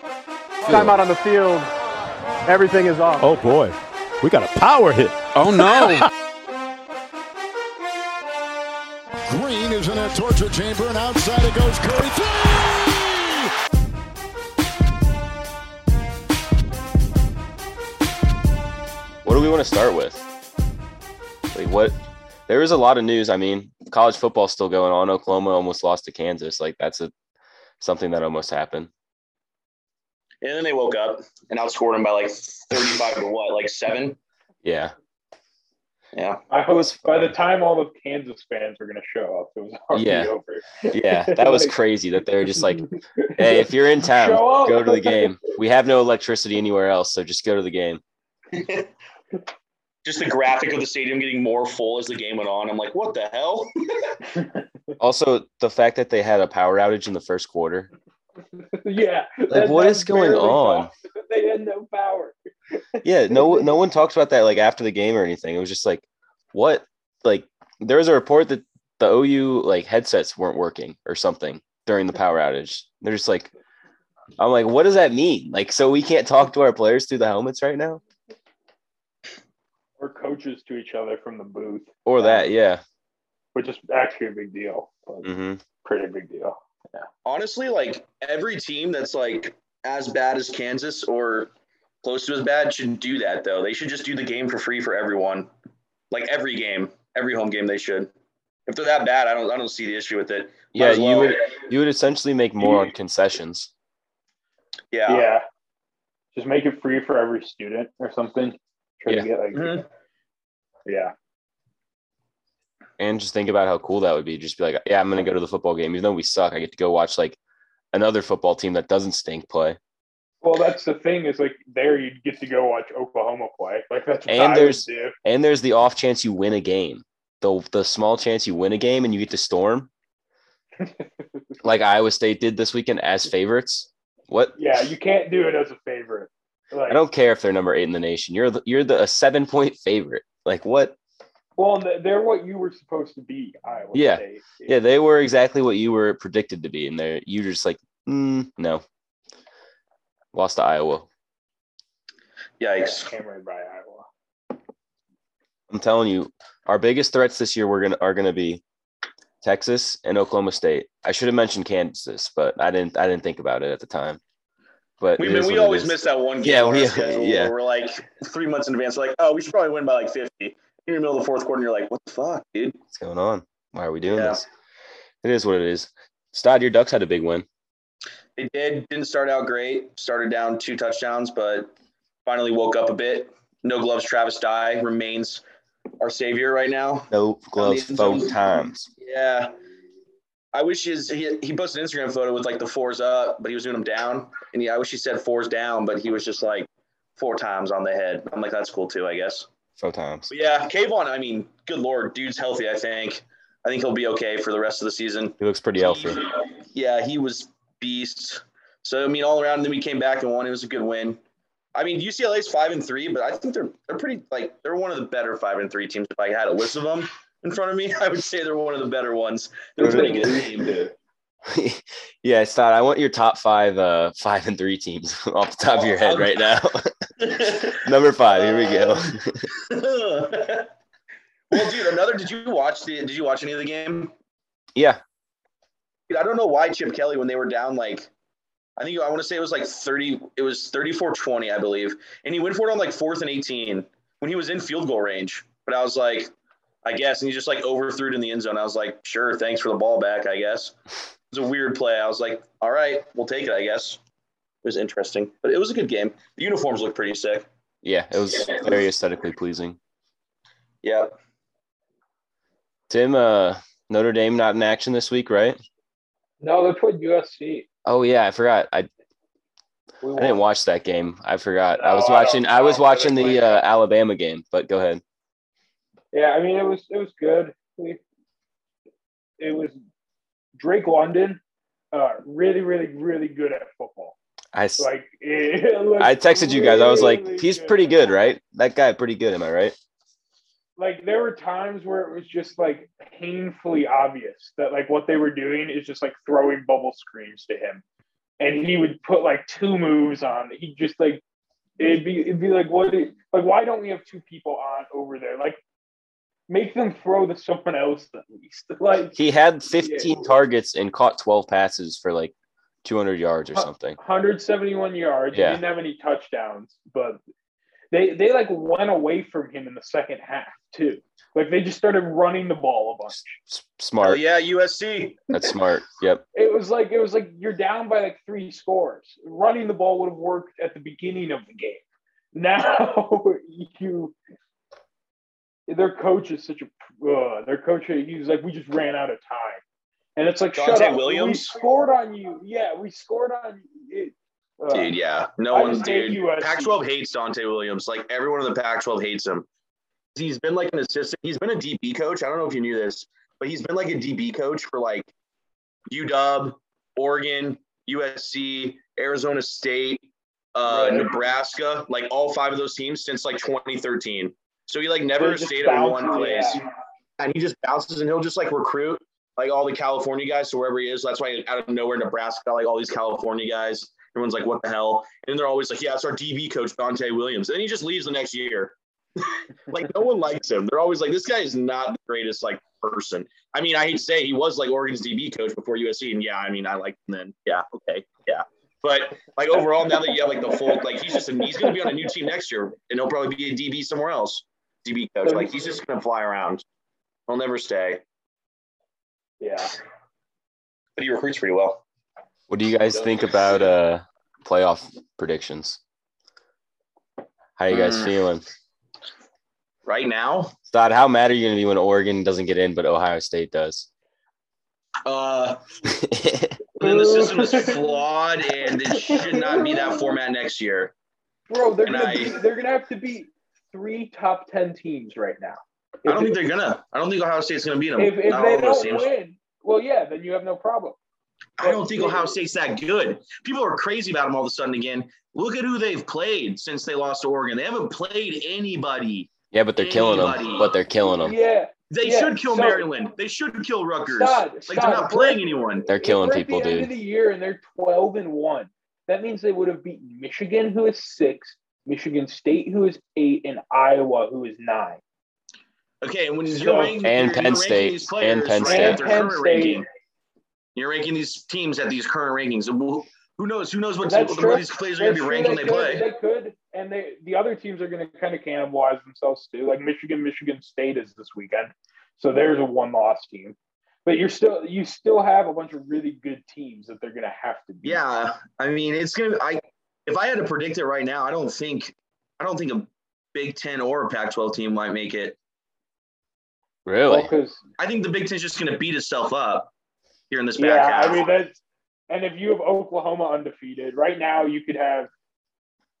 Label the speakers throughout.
Speaker 1: field.
Speaker 2: time out on the field, everything is off.
Speaker 3: Oh boy, we got a power hit.
Speaker 1: Oh no.
Speaker 4: Green is in a torture chamber, and outside it goes Curry. Three!
Speaker 5: What do we want to start with? Like what? There is a lot of news. I mean, college football's still going on. Oklahoma almost lost to Kansas. Like that's a something that almost happened.
Speaker 6: And then they woke up and outscored them by like 35 to what, like seven?
Speaker 5: Yeah.
Speaker 6: Yeah.
Speaker 7: I
Speaker 5: It
Speaker 7: hope
Speaker 5: was
Speaker 7: by the time all the Kansas fans were going to show up, it was already
Speaker 5: Yeah.
Speaker 7: over.
Speaker 5: Yeah, that was crazy that they're just like, hey, if you're in town,
Speaker 7: Show up.
Speaker 5: go to the game. We have no electricity anywhere else, so just go to the game.
Speaker 6: Just the graphic of the stadium getting more full as the game went on. I'm like, what the hell?
Speaker 5: Also, the fact that they had a power outage in the first quarter.
Speaker 7: yeah.
Speaker 5: Like, what is going on?
Speaker 7: They had no power.
Speaker 5: Yeah, no, no one talked about that like after the game or anything. It was just like, what? Like, there was a report that the OU like headsets weren't working or something during the power outage. They're just like, I'm like, what does that mean? Like, so we can't talk to our players through the helmets right now,
Speaker 7: Or coaches to each other from the booth,
Speaker 5: or that? Yeah.
Speaker 7: which is actually a big deal. But
Speaker 6: Mm-hmm.
Speaker 5: hmm
Speaker 7: Pretty big deal.
Speaker 6: Honestly, like every team that's like as bad as Kansas or close to as bad should do that though. They should just do the game for free for everyone. Like every game, every home game they should. If they're that bad, I don't I don't see the issue with it. Might
Speaker 5: Yeah,
Speaker 6: as well.
Speaker 5: you would you would essentially make more on concessions.
Speaker 6: yeah.
Speaker 7: Yeah. Just make it free for every student or something. Try
Speaker 5: Yeah.
Speaker 7: to get like,
Speaker 6: Mhm.
Speaker 7: yeah.
Speaker 5: and just think about how cool that would be. Just be like, yeah, I'm gonna go to the football game, even though we suck. I get to go watch like another football team that doesn't stink play.
Speaker 7: Well, that's the thing is like there you'd get to go watch Oklahoma play. Like that's what
Speaker 5: And
Speaker 7: I would
Speaker 5: there's-
Speaker 7: do.
Speaker 5: And there's the off chance you win a game, the the small chance you win a game and you get to storm, like Iowa State did this weekend as favorites. What?
Speaker 7: Yeah, you can't do it as a favorite. Like,
Speaker 5: I don't care if they're number eight in the nation. You're the, you're the a seven point favorite. Like what?
Speaker 7: Well, th- they're what you were supposed to be, Iowa
Speaker 5: Yeah.
Speaker 7: State.
Speaker 5: Yeah, they were exactly what you were predicted to be, and they're you're just like, mm, no. Lost to Iowa.
Speaker 6: Yikes.
Speaker 7: Hammered by Iowa.
Speaker 5: I'm telling you, our biggest threats this year we're gonna are gonna be Texas and Oklahoma State. I should have mentioned Kansas, but I didn't. I didn't think about it at the time. But
Speaker 6: We,
Speaker 5: it is
Speaker 6: we
Speaker 5: what it
Speaker 6: always
Speaker 5: is.
Speaker 6: miss that one game.
Speaker 5: Yeah,
Speaker 6: on
Speaker 5: we-
Speaker 6: our schedule
Speaker 5: yeah.
Speaker 6: where We're like three months in advance. We're like, oh, we should probably win by like 50. You're in the middle of the fourth quarter and you're like, what the fuck, dude?
Speaker 5: what's going on. Why are we doing
Speaker 6: Yeah.
Speaker 5: this? It is what it is. Stott, your Ducks had a big win.
Speaker 6: They did. Didn't start out great. Started down two touchdowns, but finally woke up a bit. No gloves. Travis Dye remains our savior right now.
Speaker 5: No gloves,
Speaker 6: Amazing.
Speaker 5: four times.
Speaker 6: Yeah. I wish his, he, he posted an Instagram photo with like the fours up, but he was doing them down. And yeah, I wish he said fours down, but he was just like four times on the head. I'm like, that's cool too, I guess.
Speaker 5: Four times.
Speaker 6: But yeah, Kayvon, I mean, good lord, dude's healthy, I think. I think he'll be okay for the rest of the season.
Speaker 5: He looks pretty healthy.
Speaker 6: Yeah, he was beast. So I mean all around then we came back and won. It was a good win. I mean UCLA's five and three, but I think they're they're pretty like they're one of the better five and three teams. If I had a list of them in front of me, I would say they're one of the better ones. They're a pretty good team.
Speaker 5: yeah, Stott, I want your top five, uh, five and three teams off the top of your head right now. Number five. Ah, Here we go.
Speaker 6: well, dude, another did you watch the did you watch any of the game?
Speaker 5: yeah,
Speaker 6: Dude, I don't know why Chip Kelly when they were down like I think I want to say it was like 30 it was 34-20 I believe and he went for it on like 4th and 18 when he was in field goal range but I was like I guess and he just like overthrew it in the end zone I was like sure thanks for the ball back I guess it was a weird play I was like all right we'll take it I guess it was interesting but it was a good game the uniforms look pretty sick
Speaker 5: yeah. It was very aesthetically pleasing.
Speaker 6: yeah
Speaker 5: Tim, uh, Notre Dame not in action this week, right?
Speaker 7: No, that's what USC.
Speaker 5: Oh yeah, I forgot. I,
Speaker 7: We
Speaker 5: I didn't watch that game. I forgot. I
Speaker 7: No,
Speaker 5: was
Speaker 7: Oh, I don't-
Speaker 5: watching. I, was
Speaker 7: I don't
Speaker 5: watching the
Speaker 7: really-
Speaker 5: uh, Alabama game. But go ahead.
Speaker 7: Yeah, I mean it was it was good. We, it was Drake London, uh, really, really, really good at football.
Speaker 5: I s-
Speaker 7: Like it looked
Speaker 5: I texted you guys. I was like,
Speaker 7: really
Speaker 5: he's pretty good, right? That guy pretty good. Am I right?
Speaker 7: Like there were times where it was just like painfully obvious that like what they were doing is just like throwing bubble screens to him. and he would put like two moves on. He would just like it'd be it'd be like what is- like why don't we have two people on over there? Like make them throw to someone else at least. Like
Speaker 5: He had 15 targets and caught 12 passes for like 200 yards or
Speaker 7: Huh.
Speaker 5: something.
Speaker 7: 171 yards.
Speaker 5: Yeah.
Speaker 7: He didn't have any touchdowns, but they they like went away from him in the second half too. Like they just started running the ball a bunch.
Speaker 5: S-
Speaker 6: Oh
Speaker 5: smart.
Speaker 6: yeah, USC.
Speaker 5: That's smart. Yep.
Speaker 7: It was like it was like you're down by like three scores. Running the ball would have worked at the beginning of the game. Now you, their coach is such a uh, their coach. He's like, we just ran out of time, and it's like, shut
Speaker 6: Dante
Speaker 7: up. We
Speaker 6: Williams?
Speaker 7: scored on you. Yeah, we scored on you. It- uh,
Speaker 6: Dude, yeah. No
Speaker 7: I
Speaker 6: one's
Speaker 7: just hate
Speaker 6: dude.
Speaker 7: USC.
Speaker 6: Pac-12 hates Dante Williams. Like everyone in the Pac-12 hates him. He's been like an assistant. He's been a DB coach. I don't know if you knew this, but he's been like a DB coach for like UW, Oregon, USC, Arizona State, uh,
Speaker 7: Right.
Speaker 6: Nebraska. Like all five of those teams since like 2013. So he like never
Speaker 7: They just
Speaker 6: stayed at
Speaker 7: bounced
Speaker 6: one
Speaker 7: on-
Speaker 6: place,
Speaker 7: yeah.
Speaker 6: and he just bounces and he'll just like recruit like all the California guys to wherever he is. That's why out of nowhere, Nebraska got like all these California guys. Everyone's like, what the hell? And they're always like, yeah, it's our DB coach, Dante Williams. And then he just leaves the next year. like, no one likes him. They're always like, this guy is not the greatest, like, person. I mean, I hate to say he was like Oregon's DB coach before USC. And yeah, I mean, I like him then. Yeah, okay. Yeah. But like overall, now that you have like the full, like he's just, he's going to be on a new team next year and he'll probably be a DB somewhere else, DB coach. Like he's just going to fly around. He'll never stay.
Speaker 7: Yeah.
Speaker 6: But he recruits pretty well.
Speaker 5: What do you guys think about uh playoff predictions? How you guys
Speaker 6: Mm.
Speaker 5: feeling?
Speaker 6: Right now,
Speaker 5: Thad, how mad are you gonna be when Oregon doesn't get in but Ohio State does?
Speaker 6: uh, then the system is flawed and it should not be that format next year.
Speaker 7: Bro, they're
Speaker 6: And
Speaker 7: gonna
Speaker 6: I-
Speaker 7: be, they're gonna have to beat three top ten teams right now.
Speaker 6: I don't think they're gonna. I don't think Ohio State's gonna beat them.
Speaker 7: if, if
Speaker 6: not all
Speaker 7: they
Speaker 6: those
Speaker 7: don't
Speaker 6: teams.
Speaker 7: win, well, yeah, then you have no problem.
Speaker 6: I don't think Ohio State's that good. People are crazy about them all of a sudden again. Look at who they've played since they lost to Oregon. They haven't played anybody.
Speaker 5: yeah, but they're killing them.
Speaker 6: Anybody.
Speaker 5: But they're killing them.
Speaker 7: Yeah,
Speaker 6: They
Speaker 7: Yeah,
Speaker 6: should kill
Speaker 7: so-
Speaker 6: Maryland. They should kill Rutgers.
Speaker 7: Sod,
Speaker 6: like
Speaker 7: Sod,
Speaker 6: they're not
Speaker 7: correct-
Speaker 6: playing anyone.
Speaker 5: They're killing
Speaker 7: if we're
Speaker 5: people,
Speaker 7: at the End of
Speaker 5: dude.
Speaker 7: the year, and they're twelve and one. That means they would have beaten Michigan, who is six, Michigan State, who is eight, and Iowa, who is nine.
Speaker 6: Okay, and when
Speaker 7: So-
Speaker 6: you're ranking,
Speaker 5: And
Speaker 6: you're
Speaker 5: Penn
Speaker 6: ranking
Speaker 5: State.
Speaker 6: these players,
Speaker 5: And Penn
Speaker 6: right,
Speaker 5: State.
Speaker 6: at their
Speaker 7: And Penn
Speaker 6: current
Speaker 7: State.
Speaker 6: ranking, you're ranking these teams at these current rankings. Who, who knows? Who knows what,
Speaker 7: That's
Speaker 6: what
Speaker 7: true.
Speaker 6: these players are going to be
Speaker 7: That's
Speaker 6: ranked when
Speaker 7: true, they
Speaker 6: they
Speaker 7: could,
Speaker 6: play?
Speaker 7: They could, and they the other teams are going to kind of cannibalize themselves too. Like Michigan, Michigan State is this weekend, so there's a one loss team. But you're still you still have a bunch of really good teams that they're going to have to beat.
Speaker 6: Yeah, I mean, it's gonna. I if I had to predict it right now, I don't think, I don't think a Big Ten or a Pac-12 team might make it.
Speaker 5: Really?
Speaker 7: because
Speaker 6: I think the Big Ten's just gonna beat itself up here in this back
Speaker 7: yeah,
Speaker 6: half.
Speaker 7: I mean that's and if you have Oklahoma undefeated right now, you could have.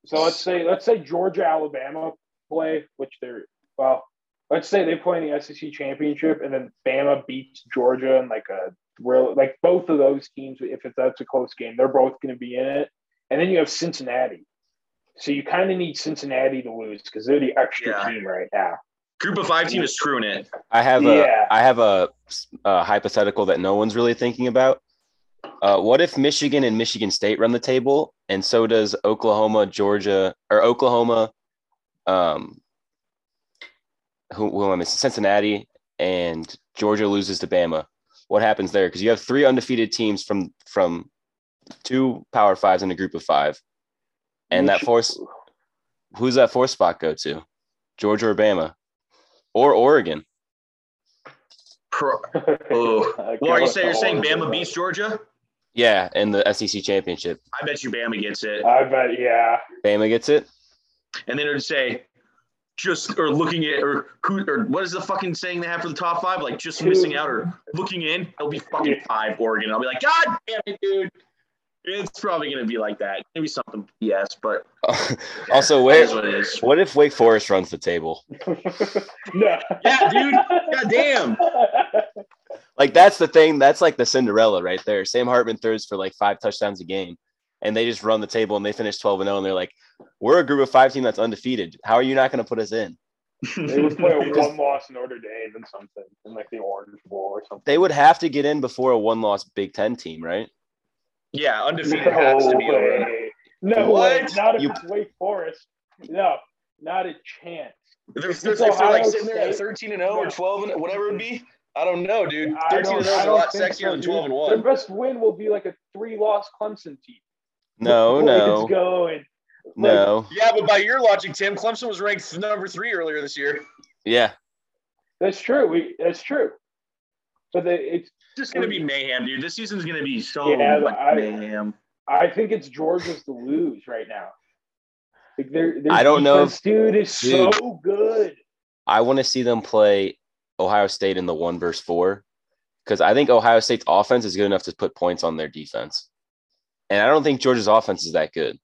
Speaker 7: So let's say let's say Georgia Alabama play, which they're well. Let's say they play in the SEC championship, and then Bama beats Georgia, and like a thrill, like both of those teams, if it, that's a close game, they're both going to be in it. And then you have Cincinnati, so you kind of need Cincinnati to lose because they're the extra
Speaker 6: Yeah.
Speaker 7: team right now.
Speaker 6: Group of five team is screwing it.
Speaker 5: I have
Speaker 7: Yeah.
Speaker 5: a I have a, a hypothetical that no one's really thinking about. Uh, what if Michigan and Michigan State run the table, and so does Oklahoma, Georgia, or Oklahoma, um, who, who am I? missing? Cincinnati and Georgia loses to Bama. What happens there? Because you have three undefeated teams from from two Power Fives in a group of five, and that
Speaker 7: Michi-
Speaker 5: force. Who's that fourth spot go to? Georgia or Bama, or Oregon?
Speaker 6: Pro- Oh.
Speaker 7: Like,
Speaker 6: well, are you
Speaker 7: that's
Speaker 6: saying you're
Speaker 7: all
Speaker 6: saying
Speaker 7: I'm
Speaker 6: Bama
Speaker 7: about.
Speaker 6: beats Georgia?
Speaker 5: Yeah, in the SEC championship,
Speaker 6: I bet you Bama gets it.
Speaker 7: I bet, yeah.
Speaker 5: Bama gets it.
Speaker 6: and then it would say just or looking at or who or what is the fucking saying they have for the top five? Like just missing out or looking in, it'll be fucking five Oregon. I'll be like, God damn it, dude. It's probably gonna be like that. Maybe something yes, but
Speaker 5: also,
Speaker 6: that is
Speaker 5: where,
Speaker 6: what it is.
Speaker 5: what if Wake Forest runs the table?
Speaker 7: no.
Speaker 6: Yeah, dude. God damn.
Speaker 5: Like that's the thing. That's like the Cinderella right there. Sam Hartman throws for like five touchdowns a game, and they just run the table and they finish twelve and zero. And they're like, "We're a group of five team that's undefeated. How are you not going to put us in?"
Speaker 7: They would play a one loss Notre Dame and something in like the Orange Bowl or something.
Speaker 5: They would have to get in before a one loss Big Ten team, right?
Speaker 6: Yeah, undefeated has to be over.
Speaker 7: way. No way.
Speaker 6: What?
Speaker 7: Not if
Speaker 5: You-
Speaker 7: it's Wake Forest. No, not a chance.
Speaker 6: They're, if
Speaker 7: It's
Speaker 6: they're like
Speaker 7: Ohio
Speaker 6: sitting there at
Speaker 7: State.
Speaker 6: 13 and 0 or
Speaker 7: Yeah.
Speaker 6: 12 and whatever it be, I don't know, dude.
Speaker 7: I
Speaker 6: 13
Speaker 7: don't-
Speaker 6: and 0 is
Speaker 7: I
Speaker 6: a
Speaker 7: don't
Speaker 6: lot
Speaker 7: think
Speaker 6: sexier
Speaker 7: so,
Speaker 6: than
Speaker 7: dude.
Speaker 6: 12 and
Speaker 7: Their
Speaker 6: 1.
Speaker 7: best win will be like a three-loss Clemson team.
Speaker 5: No,
Speaker 7: Boy,
Speaker 5: no,
Speaker 7: It's going.
Speaker 5: no.
Speaker 6: Yeah, but by your logic, Tim, Clemson was ranked number three earlier this year.
Speaker 5: Yeah,
Speaker 7: That's true. We, that's true. But they, it's.
Speaker 6: It's just gonna be mayhem, dude. This season's gonna be so
Speaker 7: Yeah,
Speaker 6: much
Speaker 7: I-
Speaker 6: mayhem.
Speaker 7: I think it's Georgia's to lose right now. Like their, their
Speaker 5: I don't know if-
Speaker 7: defense, dude is
Speaker 5: dude.
Speaker 7: so good.
Speaker 5: I want to see them play Ohio State in the one verse four because I think Ohio State's offense is good enough to put points on their defense, and I don't think Georgia's offense is that good.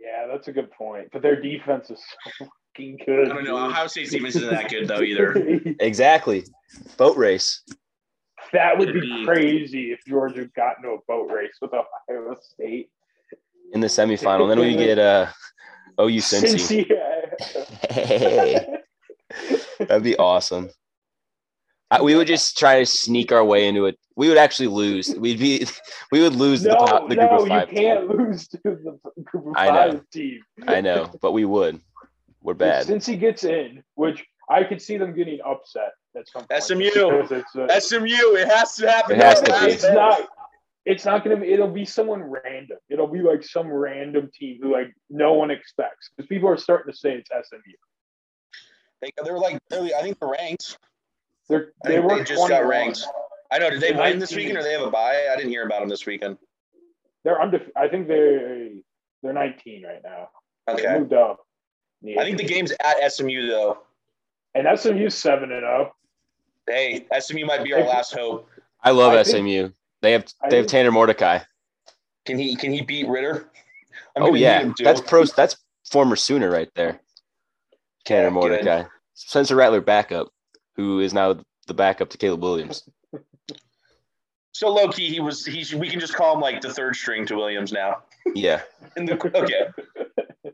Speaker 7: Yeah, that's a good point. But their defense is so fucking
Speaker 6: I
Speaker 7: good.
Speaker 6: don't know.
Speaker 7: dude.
Speaker 6: Ohio State's defense isn't that good though either.
Speaker 5: Exactly, boat race.
Speaker 7: that would
Speaker 6: It'd
Speaker 7: be
Speaker 6: be-
Speaker 7: crazy if Georgia got into a boat race with Ohio State.
Speaker 5: in the semifinal. Then we get uh OU Cincy. Hey, that'd be awesome. I, we would just try to sneak our way into it. We would actually lose. We'd be we would lose the,
Speaker 7: no,
Speaker 5: top, the group
Speaker 7: no,
Speaker 5: of five.
Speaker 7: you can't lose to the group of
Speaker 5: I know.
Speaker 7: five team.
Speaker 5: team. I know, but we would. We're
Speaker 7: Since
Speaker 5: bad.
Speaker 7: Cincy gets in, which I could see them getting upset at some point.
Speaker 6: SMU.
Speaker 7: because It's, a-
Speaker 6: SMU, it has to happen.
Speaker 5: It has
Speaker 6: now.
Speaker 5: to be.
Speaker 7: it's not. It's not gonna. Be, it'll be someone random. It'll be like some random team who like no one expects because people are starting to say it's SMU.
Speaker 6: They, they're like, barely- I think they're ranked.
Speaker 7: They're,
Speaker 6: I
Speaker 7: they
Speaker 6: think
Speaker 7: were
Speaker 6: they just got
Speaker 7: 21.
Speaker 6: ranked. I know. Did they
Speaker 7: They
Speaker 6: win
Speaker 7: might
Speaker 6: this
Speaker 7: be.
Speaker 6: weekend or they have a bye? I didn't hear about them this weekend.
Speaker 7: They're undefe I think they're they're 19 right now. They
Speaker 6: Okay.
Speaker 7: moved up.
Speaker 6: I think the game's at SMU though.
Speaker 7: and SMU's seven and zero.
Speaker 6: Hey, SMU might be our last hope.
Speaker 5: I love
Speaker 7: I think-
Speaker 5: SMU. they have
Speaker 7: I
Speaker 5: they have
Speaker 7: think-
Speaker 5: Tanner Mordecai.
Speaker 6: Can he? Can he beat Ritter? I'm
Speaker 5: Oh
Speaker 6: gonna need
Speaker 5: yeah,
Speaker 6: him to.
Speaker 5: that's pro. That's former Sooner right there. Tanner
Speaker 6: Yeah, good.
Speaker 5: Mordecai, Spencer Rattler backup, who is now the backup to Caleb Williams.
Speaker 6: so low key. He was. He. We can just call him like the third string to Williams now.
Speaker 5: Yeah.
Speaker 6: In the okay.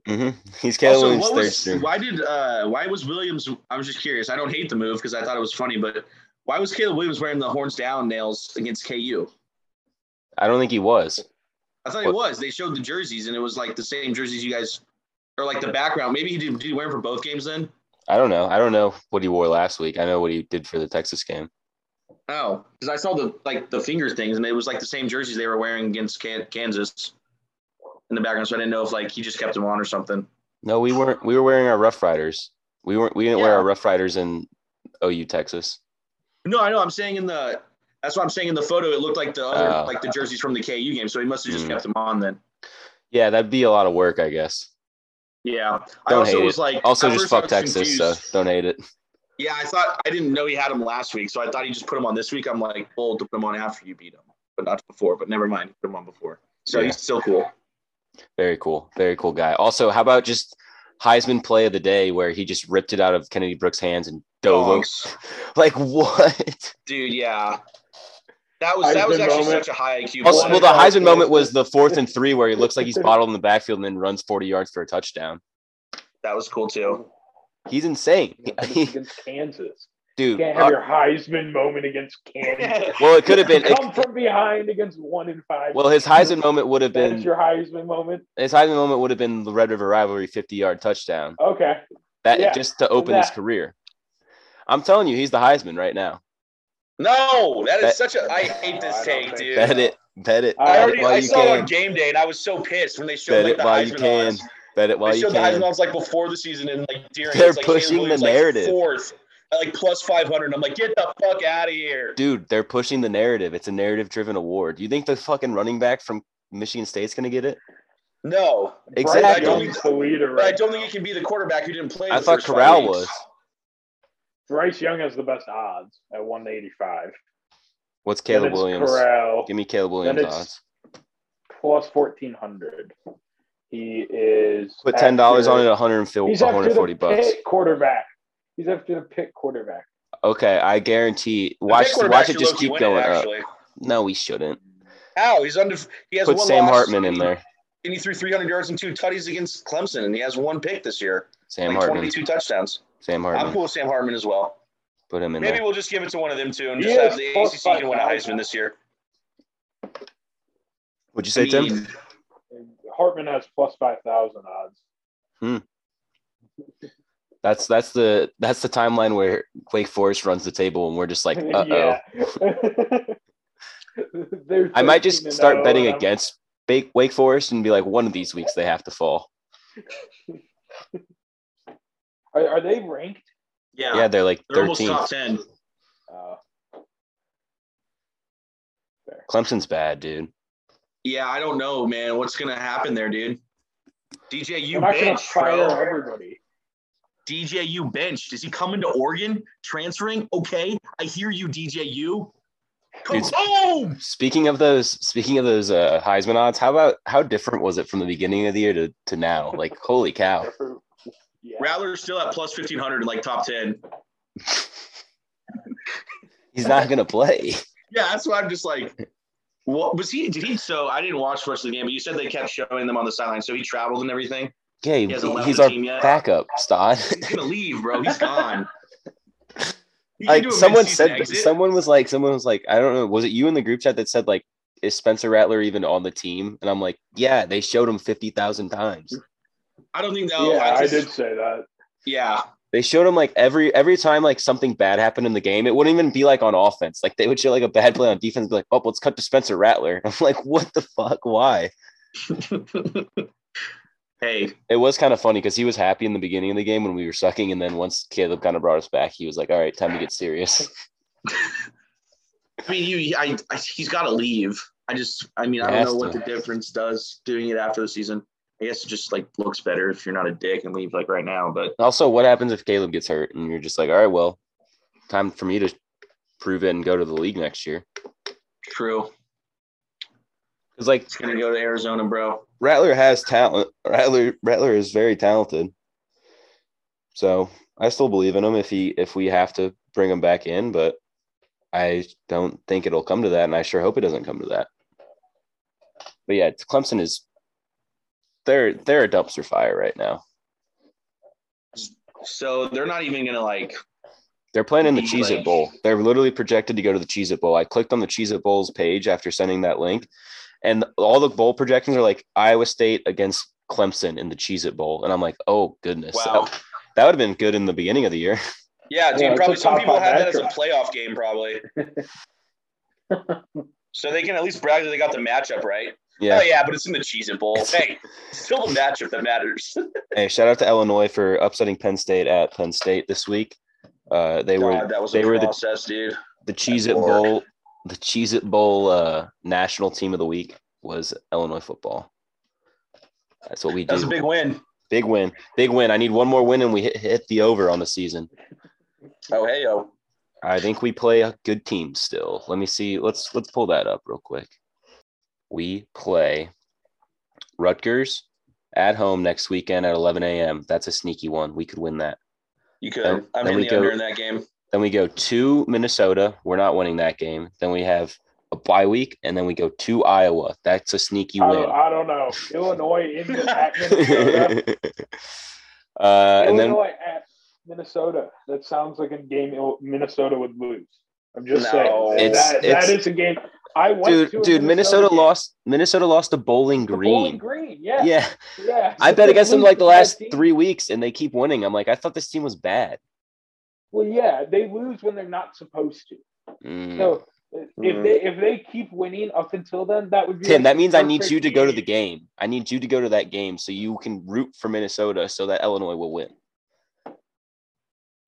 Speaker 5: hmm He's Caleb
Speaker 6: Also,
Speaker 5: Williams'
Speaker 6: what
Speaker 5: third
Speaker 6: was-
Speaker 5: string.
Speaker 6: Why did uh, why was Williams? I was just curious. I don't hate the move because I thought it was funny, but why was Caleb Williams wearing the horns down nails against KU?
Speaker 5: I don't think he was.
Speaker 6: I thought it was. They showed the jerseys and it was like the same jerseys you guys, or like the background. Maybe he did. Did he wear them for both games then?
Speaker 5: I don't know. I don't know what he wore last week. I know what he did for the Texas game.
Speaker 6: Oh, because I saw the like the finger things and it was like the same jerseys they were wearing against Kan- Kansas in the background. So I didn't know if like he just kept them on or something.
Speaker 5: No, we weren't. We were wearing our Rough Riders. We weren't. We didn't wear
Speaker 6: Yeah.
Speaker 5: our Rough Riders in OU Texas.
Speaker 6: No, I know. I'm saying in the. That's what I'm saying in the photo. It looked like the other,
Speaker 5: Oh.
Speaker 6: like the jerseys from the KU game. So he must have just
Speaker 5: Mm.
Speaker 6: kept them on then.
Speaker 5: Yeah, that'd be a lot of work, I guess.
Speaker 6: Yeah. I
Speaker 5: Don't
Speaker 6: also
Speaker 5: hate
Speaker 6: was
Speaker 5: it.
Speaker 6: like
Speaker 5: Also,
Speaker 6: at
Speaker 5: just
Speaker 6: first I
Speaker 5: fuck
Speaker 6: was
Speaker 5: Texas.
Speaker 6: confused.
Speaker 5: So don't hate it.
Speaker 6: Yeah, I thought I didn't know he had him last week, so I thought he just put him on this week. I'm like, well, to put him on after you beat him, but not before. But never mind, put him on before. So
Speaker 5: Yeah.
Speaker 6: he's still cool.
Speaker 5: Very cool. Very cool guy. Also, how about just Heisman play of the day where he just ripped it out of Kennedy Brooks' hands and
Speaker 6: Oh.
Speaker 5: dove him?
Speaker 6: Dogs.
Speaker 5: Like what?
Speaker 6: Dude, yeah. That was
Speaker 7: Heisman
Speaker 6: that was actually
Speaker 7: moment.
Speaker 6: such a high IQ.
Speaker 5: Also,
Speaker 6: moment.
Speaker 5: well, the
Speaker 7: One
Speaker 5: Heisman
Speaker 7: of-
Speaker 5: moment was the fourth and three where he looks like he's bottled in the backfield and then runs 40 yards for a touchdown.
Speaker 6: that was cool too.
Speaker 5: He's insane.
Speaker 7: Yeah, but it's against Kansas. You
Speaker 5: Dude,
Speaker 7: can't have
Speaker 5: uh,
Speaker 7: your Heisman moment against Kansas.
Speaker 5: well, it could have been.
Speaker 7: Come from behind against one and five.
Speaker 5: Well, his Heisman moment would have
Speaker 7: That's
Speaker 5: been
Speaker 7: your Heisman moment.
Speaker 5: his Heisman moment would have been the Red River Rivalry 50 yard touchdown
Speaker 7: Okay.
Speaker 5: that
Speaker 7: Yeah,
Speaker 5: just to open his
Speaker 7: that.
Speaker 5: career. I'm telling you, he's the Heisman right now.
Speaker 6: No, that
Speaker 5: That-
Speaker 6: is such a. I hate this
Speaker 7: I don't
Speaker 6: take,
Speaker 7: think
Speaker 6: dude.
Speaker 7: so.
Speaker 5: Bet it, bet it,
Speaker 7: I
Speaker 6: I
Speaker 5: bet
Speaker 6: already
Speaker 5: it while
Speaker 6: I
Speaker 5: you
Speaker 6: saw it on
Speaker 5: can,
Speaker 6: game day, and I was so pissed when they
Speaker 5: bet
Speaker 6: showed like
Speaker 5: it
Speaker 6: the
Speaker 5: while you
Speaker 6: Heisman
Speaker 5: can,
Speaker 6: odds.
Speaker 5: bet it while
Speaker 6: They
Speaker 5: you
Speaker 6: showed the Heisman
Speaker 5: can.
Speaker 6: odds like before the season and like during.
Speaker 5: They're
Speaker 6: it's, like, Caleb
Speaker 5: pushing the
Speaker 6: Williams, like,
Speaker 5: narrative.
Speaker 6: fourth, at, like plus five hundred. I'm like, get the fuck out of here.
Speaker 5: Dude, they're pushing the narrative. It's a narrative-driven award. You think the fucking running back from Michigan State's gonna get it?
Speaker 6: No,
Speaker 5: Exactly.
Speaker 6: don't
Speaker 7: Young's the leader
Speaker 6: but I
Speaker 7: right
Speaker 6: don't
Speaker 7: now.
Speaker 6: think it can be the quarterback who didn't play.
Speaker 5: I
Speaker 6: the
Speaker 5: thought
Speaker 6: first five
Speaker 5: Corral
Speaker 6: weeks.
Speaker 5: was.
Speaker 7: Bryce Young has the best odds at 185.
Speaker 5: What's
Speaker 7: Then
Speaker 5: Caleb
Speaker 7: it's
Speaker 5: Williams?
Speaker 7: Corral,
Speaker 5: Give me Caleb Williams
Speaker 7: it's-
Speaker 5: odds.
Speaker 7: plus 1400. He is.
Speaker 5: Put ten dollars on
Speaker 7: after-
Speaker 5: it, 140
Speaker 7: He's after the
Speaker 5: 140 bucks.
Speaker 7: Pitt quarterback. He's after the Pitt quarterback.
Speaker 5: Okay, I guarantee.
Speaker 6: The
Speaker 5: Watch,
Speaker 6: Pitt quarterback
Speaker 5: watch it
Speaker 6: should
Speaker 5: just
Speaker 6: low-key
Speaker 5: keep
Speaker 6: win it,
Speaker 5: going up.
Speaker 6: actually.
Speaker 5: No, we shouldn't.
Speaker 6: How he's under? He has
Speaker 5: Put
Speaker 6: one
Speaker 5: Sam
Speaker 6: loss,
Speaker 5: Hartman in there.
Speaker 6: and he threw 300 yards and two tutties against Clemson, and he has one pick this year,
Speaker 5: Sam
Speaker 6: like
Speaker 5: Hartman.
Speaker 6: 22 touchdowns.
Speaker 5: Sam
Speaker 6: I'm
Speaker 5: Hartman.
Speaker 6: cool with Sam Hartman as well.
Speaker 5: Put him in
Speaker 6: Maybe
Speaker 5: there.
Speaker 6: we'll just give it to one of them too, and
Speaker 7: He
Speaker 6: just have
Speaker 7: is
Speaker 6: the
Speaker 7: plus
Speaker 6: ACC can win a
Speaker 7: 5,000.
Speaker 6: Heisman this year.
Speaker 5: Would you say, Tim?
Speaker 7: And Hartman has plus five thousand odds.
Speaker 5: That's that's the that's the timeline where Wake Forest runs the table, and we're just like, uh oh.
Speaker 7: They're
Speaker 5: I might
Speaker 7: 13
Speaker 5: just
Speaker 7: and
Speaker 5: start
Speaker 7: 0,
Speaker 5: betting
Speaker 7: and I'm-
Speaker 5: against Bake Wake Forest and be like, one of these weeks they have to fall.
Speaker 7: Are, are they ranked?
Speaker 6: Yeah,
Speaker 5: Yeah, they're like
Speaker 6: they're almost
Speaker 5: 13.
Speaker 6: top ten.
Speaker 7: Uh,
Speaker 5: Clemson's bad, dude.
Speaker 6: Yeah, I don't know, man. What's gonna happen there, dude? DJ, you
Speaker 7: I'm not going to
Speaker 6: bench,
Speaker 7: fire
Speaker 6: bro.
Speaker 7: everybody.
Speaker 6: DJU benched. Is he coming to Oregon? Transferring? Okay. I hear you, DJU.
Speaker 5: It's-
Speaker 6: Kaboom!
Speaker 5: Speaking of those, speaking of those uh, Heisman odds, how about how different was it from the beginning of the year to, to now? Like, holy cow!
Speaker 7: Yeah.
Speaker 6: Rattler's still at plus 1500 in like top 10.
Speaker 5: He's not gonna play.
Speaker 6: Yeah, that's why I'm just like, what was he? Did he? So I didn't watch much of the game, but you said they kept showing them on the sideline. So he traveled and everything.
Speaker 5: Yeah, he-
Speaker 6: He hasn't left
Speaker 5: he's
Speaker 6: the
Speaker 5: our
Speaker 6: team yet.
Speaker 5: backup, Stott.
Speaker 6: He's going to leave, bro. He's gone. You can do
Speaker 5: like
Speaker 6: a
Speaker 5: someone
Speaker 6: midseason
Speaker 5: said,
Speaker 6: exit.
Speaker 5: someone was like, someone was like, I don't know, was it you in the group chat that said like, is Spencer Rattler even on the team? And I'm like, yeah, they showed him fifty thousand times.
Speaker 6: I don't think that.
Speaker 7: yeah, I,
Speaker 6: just-
Speaker 7: did say that.
Speaker 6: Yeah.
Speaker 5: They showed him like every every time like something bad happened in the game, it wouldn't even be like on offense. Like they would show like a bad play on defense, be like, "Oh, let's cut to Spencer Rattler." I'm like, "What the fuck? Why?"
Speaker 6: hey,
Speaker 5: It was kind of funny because he was happy in the beginning of the game when we were sucking, and then once Caleb kind of brought us back, he was like, "All right, time to get serious."
Speaker 6: I mean, you, I, I he's got to leave. I just, I mean, I don't
Speaker 5: Has
Speaker 6: know what
Speaker 5: to.
Speaker 6: the difference does doing it after the season. I guess it just like looks better if you're not a dick and leave like right now. But
Speaker 5: also, what happens if Caleb gets hurt and you're just like, "All right, well, time for me to prove it and go to the league next year"?
Speaker 6: true,
Speaker 5: Because like
Speaker 6: it's gonna go to Arizona, bro.
Speaker 5: Rattler has talent. Rattler Rattler is very talented. So I still believe in him if he if we have to bring him back in, but I don't think it'll come to that, and I sure hope it doesn't come to that. But yeah, it's- Clemson is they're they're a dumpster fire right now.
Speaker 6: So they're not even gonna like.
Speaker 5: They're playing in the
Speaker 6: Be
Speaker 5: Cheez It
Speaker 6: like-
Speaker 5: Bowl. They're literally projected to go to the Cheez It Bowl. I clicked on the Cheez It Bowl's page after sending that link, and all the bowl projections are like Iowa State against Clemson in the Cheez It Bowl. And I'm like, oh goodness.
Speaker 6: Wow.
Speaker 5: That would have been good in the beginning of the year.
Speaker 6: Yeah, dude.
Speaker 7: Yeah, it's
Speaker 6: probably
Speaker 7: a
Speaker 6: some
Speaker 7: top
Speaker 6: people
Speaker 7: five
Speaker 6: had that as a
Speaker 7: matchup.
Speaker 6: playoff game, probably. so they can at least brag that they got the matchup right.
Speaker 5: Yeah.
Speaker 6: Oh yeah, but it's in the Cheez It Bowl. hey, still the matchup that matters.
Speaker 5: Hey, shout out to Illinois for upsetting Penn State at Penn State this week. Uh, they were
Speaker 6: God, that was
Speaker 5: they
Speaker 6: a
Speaker 5: were the-
Speaker 6: process, dude.
Speaker 5: the Cheez It
Speaker 6: Lord.
Speaker 5: Bowl, the Cheez It Bowl uh, national team of the week was Illinois football. That's what we
Speaker 6: That was a
Speaker 5: do.
Speaker 6: big win.
Speaker 5: Big win. Big win. I need one more win and we hit, hit the over on the season.
Speaker 6: Oh hey yo.
Speaker 5: I think we play good teams still. Let me see. Let's let's pull that up real quick. We play Rutgers at home next weekend at 11 a.m. That's a sneaky one. We could win that.
Speaker 6: You could.
Speaker 5: Then-
Speaker 6: I'm
Speaker 5: then
Speaker 6: in
Speaker 5: we
Speaker 6: the
Speaker 5: go-
Speaker 6: under in that game.
Speaker 5: Then we go to Minnesota. We're not winning that game. Then we have a bye week, and then we go to Iowa. That's a sneaky
Speaker 7: I
Speaker 5: win.
Speaker 7: don't, I don't know. Illinois in at Minnesota.
Speaker 5: uh, and then
Speaker 7: Illinois at Minnesota. That sounds like a game Il- Minnesota would lose. I'm just
Speaker 6: No.
Speaker 7: saying.
Speaker 5: It's-
Speaker 7: that,
Speaker 5: it's-
Speaker 7: that is a game. I went
Speaker 5: dude,
Speaker 7: to a
Speaker 5: dude, Minnesota
Speaker 7: game.
Speaker 5: lost. Minnesota lost to Bowling
Speaker 7: To
Speaker 5: Green.
Speaker 7: Bowling Green. Yeah. Yeah.
Speaker 5: Yeah, I
Speaker 7: They
Speaker 5: bet against them
Speaker 7: lose
Speaker 5: like the
Speaker 7: to that
Speaker 5: last
Speaker 7: team.
Speaker 5: three weeks, and they keep winning. I'm like, I thought this team was bad.
Speaker 7: Well, yeah, they lose when they're not supposed to.
Speaker 5: Mm. Mm-hmm.
Speaker 7: So if they if they keep winning up until then, that would be
Speaker 5: Tim,
Speaker 7: like
Speaker 5: that means I need
Speaker 7: perfect
Speaker 5: you to go to the game. I need you to go to that game so you can root for Minnesota so that Illinois will win.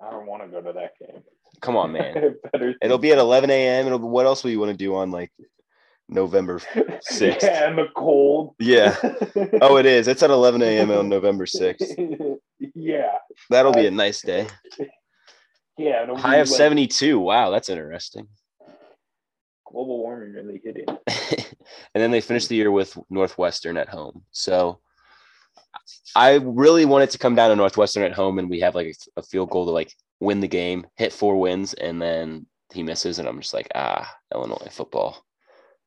Speaker 7: I don't want to go to that game.
Speaker 5: Come on, man.
Speaker 7: Better
Speaker 5: It'll be at 11 a.m. It'll be, what else will you want to do on like November? Sixth.
Speaker 7: Yeah, and the cold.
Speaker 5: Yeah. Oh, it is. It's at 11 a.m. on November 6th.
Speaker 7: yeah.
Speaker 5: That'll be a nice day.
Speaker 7: Yeah. it'll
Speaker 5: High
Speaker 7: be
Speaker 5: of
Speaker 7: like
Speaker 5: 72. Wow, that's interesting.
Speaker 7: Global warming really hit it.
Speaker 5: and then they finished the year with Northwestern at home. So I really want it to come down to Northwestern at home and we have like a, a field goal to like win the game, hit four wins, and then he misses. And I'm just like, ah, Illinois football.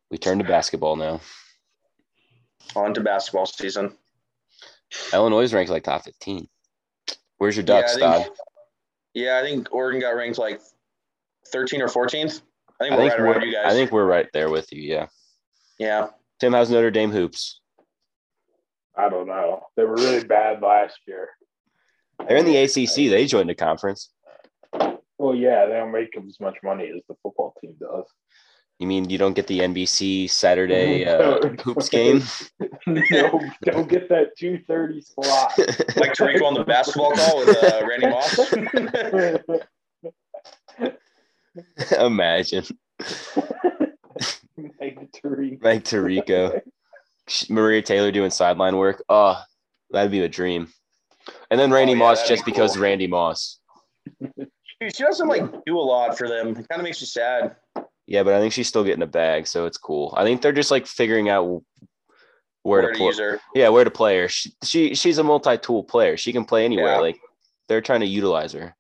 Speaker 5: We turn to basketball now.
Speaker 6: On to basketball season.
Speaker 5: Illinois is ranked like top 15. Where's your Ducks,
Speaker 6: yeah, I
Speaker 5: Dodd?
Speaker 6: think, yeah, I think Oregon got ranked like 13 or 14th. I think
Speaker 5: I
Speaker 6: we're
Speaker 5: think
Speaker 6: right
Speaker 5: we're,
Speaker 6: around you guys.
Speaker 5: I think we're right there with you. Yeah.
Speaker 6: Yeah.
Speaker 5: Tim, how's Notre Dame hoops?
Speaker 7: I don't know. They were really bad last year.
Speaker 5: They're in the ACC. They joined a conference.
Speaker 7: Well, yeah, they don't make as much money as the football team does.
Speaker 5: You mean you don't get the NBC Saturday
Speaker 7: Mhm.
Speaker 5: uh, hoops game?
Speaker 7: no, don't get that two thirty slot.
Speaker 6: Like Tariq on the basketball call with uh, Randy Moss.
Speaker 5: Imagine.
Speaker 7: Make it Tariq.
Speaker 5: Mike Tirico. Maria Taylor doing sideline work. Oh, that'd be a dream. And then Randy
Speaker 6: Oh, yeah,
Speaker 5: Moss
Speaker 6: that'd
Speaker 5: just
Speaker 6: be
Speaker 5: because
Speaker 6: cool.
Speaker 5: Randy Moss.
Speaker 6: Dude, she doesn't like do a lot for them. It kind of makes you sad.
Speaker 5: Yeah, but I think she's still getting a bag, so it's cool. I think they're just like figuring out where, to, play.
Speaker 6: use her.
Speaker 5: Yeah, where to play her. She, she she's a multi-tool player. She can play anywhere.
Speaker 6: Yeah.
Speaker 5: Like they're trying to utilize her.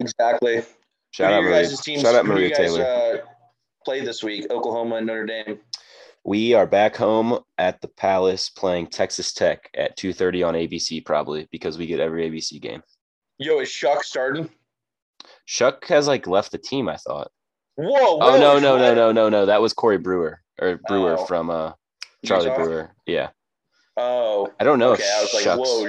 Speaker 6: Exactly.
Speaker 5: Shout out
Speaker 6: Who do you
Speaker 5: Maria.
Speaker 6: guys' teams-
Speaker 5: Shout out
Speaker 6: who do you
Speaker 5: Maria
Speaker 6: guys,
Speaker 5: Taylor.
Speaker 6: Uh, play this week: Oklahoma and Notre Dame.
Speaker 5: We are back home at the Palace playing Texas Tech at 2:30 on ABC probably because we get every ABC game.
Speaker 6: Yo, is Shuck starting?
Speaker 5: Shuck has like left the team, I thought.
Speaker 6: Whoa!
Speaker 5: Oh
Speaker 6: whoa,
Speaker 5: no, no, no,
Speaker 6: what?
Speaker 5: no, no, no. That was Corey Brewer or Brewer
Speaker 6: Oh.
Speaker 5: from uh Charlie
Speaker 6: Utah?
Speaker 5: Brewer. Yeah.
Speaker 6: Oh,
Speaker 5: I don't know
Speaker 6: okay.
Speaker 5: if
Speaker 6: I was like,
Speaker 5: Shucks.
Speaker 6: whoa.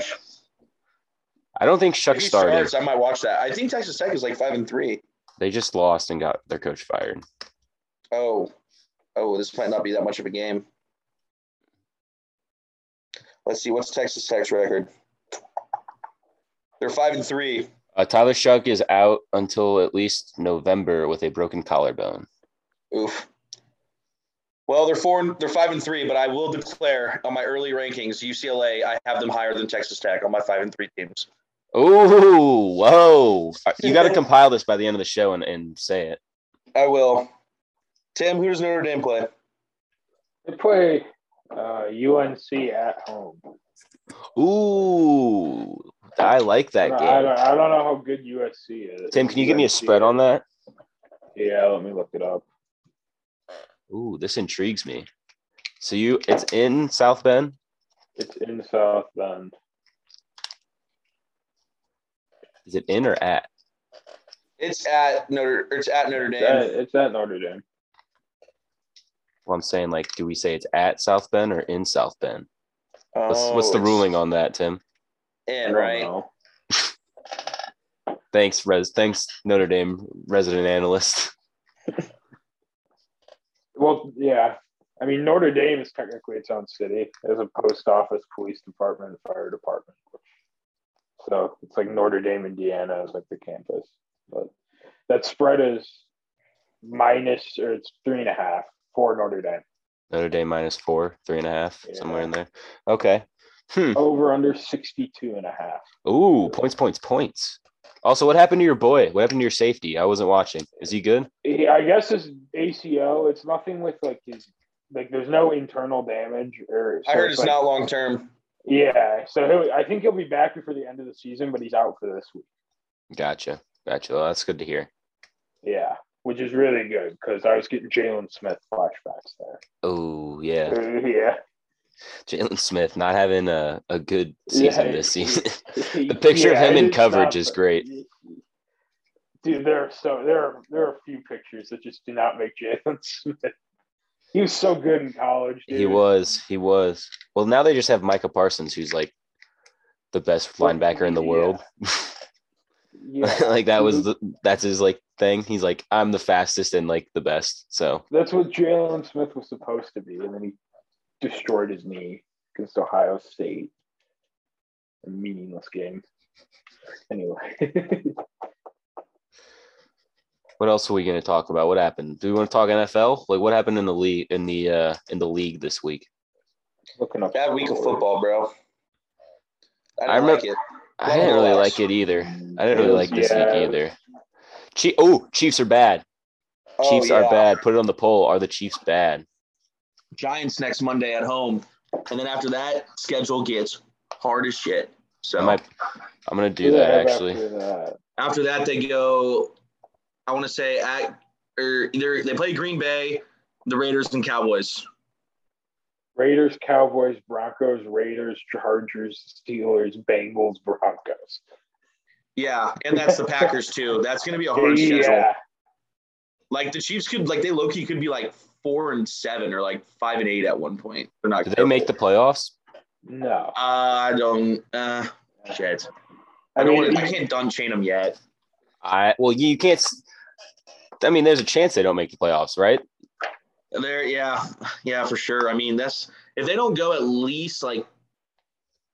Speaker 5: I don't think
Speaker 6: If
Speaker 5: Shuck
Speaker 6: he
Speaker 5: started.
Speaker 6: starts, I might watch that. I think Texas Tech is like five and three.
Speaker 5: They just lost and got their coach fired.
Speaker 6: Oh, oh, this might not be that much of a game. Let's see. What's Texas Tech's record? They're five and three.
Speaker 5: Uh, Tyler Shuck is out until at least November with a broken collarbone.
Speaker 6: Oof. Well, they're four. and- They're five and three, but I will declare on my early rankings, UCLA. I have them higher than Texas Tech on my five and three teams.
Speaker 5: Oh, whoa! You got to compile this by the end of the show and, and say it.
Speaker 6: I will. Tim, who does Notre Dame play?
Speaker 7: They play uh, UNC at home.
Speaker 5: Ooh, I like
Speaker 7: I
Speaker 5: that
Speaker 7: don't, I
Speaker 5: game.
Speaker 7: don't, I don't know how good USC is.
Speaker 5: Tim, can you give me a
Speaker 7: UNC
Speaker 5: spread on that?
Speaker 7: Yeah, let me look it up.
Speaker 5: Ooh, this intrigues me. So you, it's in South Bend.
Speaker 7: It's in South Bend.
Speaker 5: Is it in or at?
Speaker 6: It's at Notre. It's at Notre
Speaker 7: It's at,
Speaker 6: Dame.
Speaker 7: it's at Notre Dame.
Speaker 5: Well, I'm saying like, do we say it's at South Bend or in South Bend? What's,
Speaker 6: Oh,
Speaker 5: what's the
Speaker 6: it's
Speaker 5: ruling on that, Tim?
Speaker 6: In
Speaker 7: I
Speaker 6: right.
Speaker 7: don't know.
Speaker 5: Thanks, Res. Thanks, Notre Dame resident analyst.
Speaker 7: Well, yeah. I mean, Notre Dame is technically its own city. There's a post office, police department, and fire department. So it's like Notre Dame, Indiana is like the campus. But that spread is minus, or it's three and a half for Notre Dame.
Speaker 5: Notre Dame minus four, three and a half, somewhere
Speaker 7: Yeah.
Speaker 5: in there. Okay. Hmm.
Speaker 7: Over under 62 and a half.
Speaker 5: Ooh, points, points, points. Also, what happened to your boy? What happened to your safety? I wasn't watching. Is he good?
Speaker 7: He- I guess his ACL, it's nothing with like his, like there's no internal damage or.
Speaker 6: I
Speaker 7: so
Speaker 6: heard it's
Speaker 7: like-
Speaker 6: not long term.
Speaker 7: Yeah. So he'll, I think he'll be back before the end of the season, but he's out for this week.
Speaker 5: Gotcha. Gotcha. Well, that's good to hear.
Speaker 7: Yeah, which is really good because I was getting Jalen Smith flashbacks there.
Speaker 5: Oh, yeah.
Speaker 7: Uh, yeah,
Speaker 5: Jalen Smith not having a, a good season
Speaker 7: Yeah.
Speaker 5: this season. the picture of him in
Speaker 7: it's
Speaker 5: coverage
Speaker 7: not-
Speaker 5: is great.
Speaker 7: Dude, there are so there are there are a few pictures that just do not make Jalen Smith. He was so good in college. Dude.
Speaker 5: He was. He was. Well, now they just have Micah Parsons, who's like the best
Speaker 7: Well,
Speaker 5: linebacker in the
Speaker 7: yeah.
Speaker 5: world.
Speaker 7: Yeah. Mm-hmm.
Speaker 5: like that was the that's his like thing. He's like, I'm the fastest and like the best. So
Speaker 7: That's what Jalen Smith was supposed to be, and then he destroyed his knee against Ohio State. A meaningless game. Anyway.
Speaker 5: what else are we gonna talk about? What happened? Do we want to talk NFL? Like what happened in the league in the uh in the league this week?
Speaker 7: Looking up
Speaker 6: Bad week of football, bro. I don't
Speaker 5: I remember-
Speaker 6: like it.
Speaker 5: I didn't really
Speaker 6: Loss.
Speaker 5: like it either. I didn't really like this
Speaker 7: Yeah.
Speaker 5: week either. Chief oh, Chiefs are bad.
Speaker 6: Oh,
Speaker 5: Chiefs are
Speaker 6: yeah.
Speaker 5: bad. Put it on the poll. Are the Chiefs bad?
Speaker 6: Giants next Monday at home, and then after that, schedule gets hard as shit. So
Speaker 5: I might I'm gonna do
Speaker 7: Yeah,
Speaker 5: that
Speaker 7: after
Speaker 5: actually.
Speaker 7: that.
Speaker 6: After that, they go. I want to say at or either they play Green Bay, the Raiders, and Cowboys.
Speaker 7: Raiders, Cowboys, Broncos, Raiders, Chargers, Steelers, Bengals, Broncos.
Speaker 6: Yeah, and that's the Packers too. That's gonna be a hard schedule.
Speaker 7: yeah,
Speaker 6: Like the Chiefs could, like they low key could be like four and seven or like five and eight at one point. They're not.
Speaker 5: Did they make the playoffs?
Speaker 7: No.
Speaker 6: I don't. Uh, shit. I,
Speaker 7: I
Speaker 6: don't.
Speaker 7: mean,
Speaker 6: want. I can't Dun chain them yet.
Speaker 5: I well, you can't. s- I mean, there's a chance they don't make the playoffs, right?
Speaker 6: There. Yeah. Yeah. For sure. I mean, that's if they don't go at least like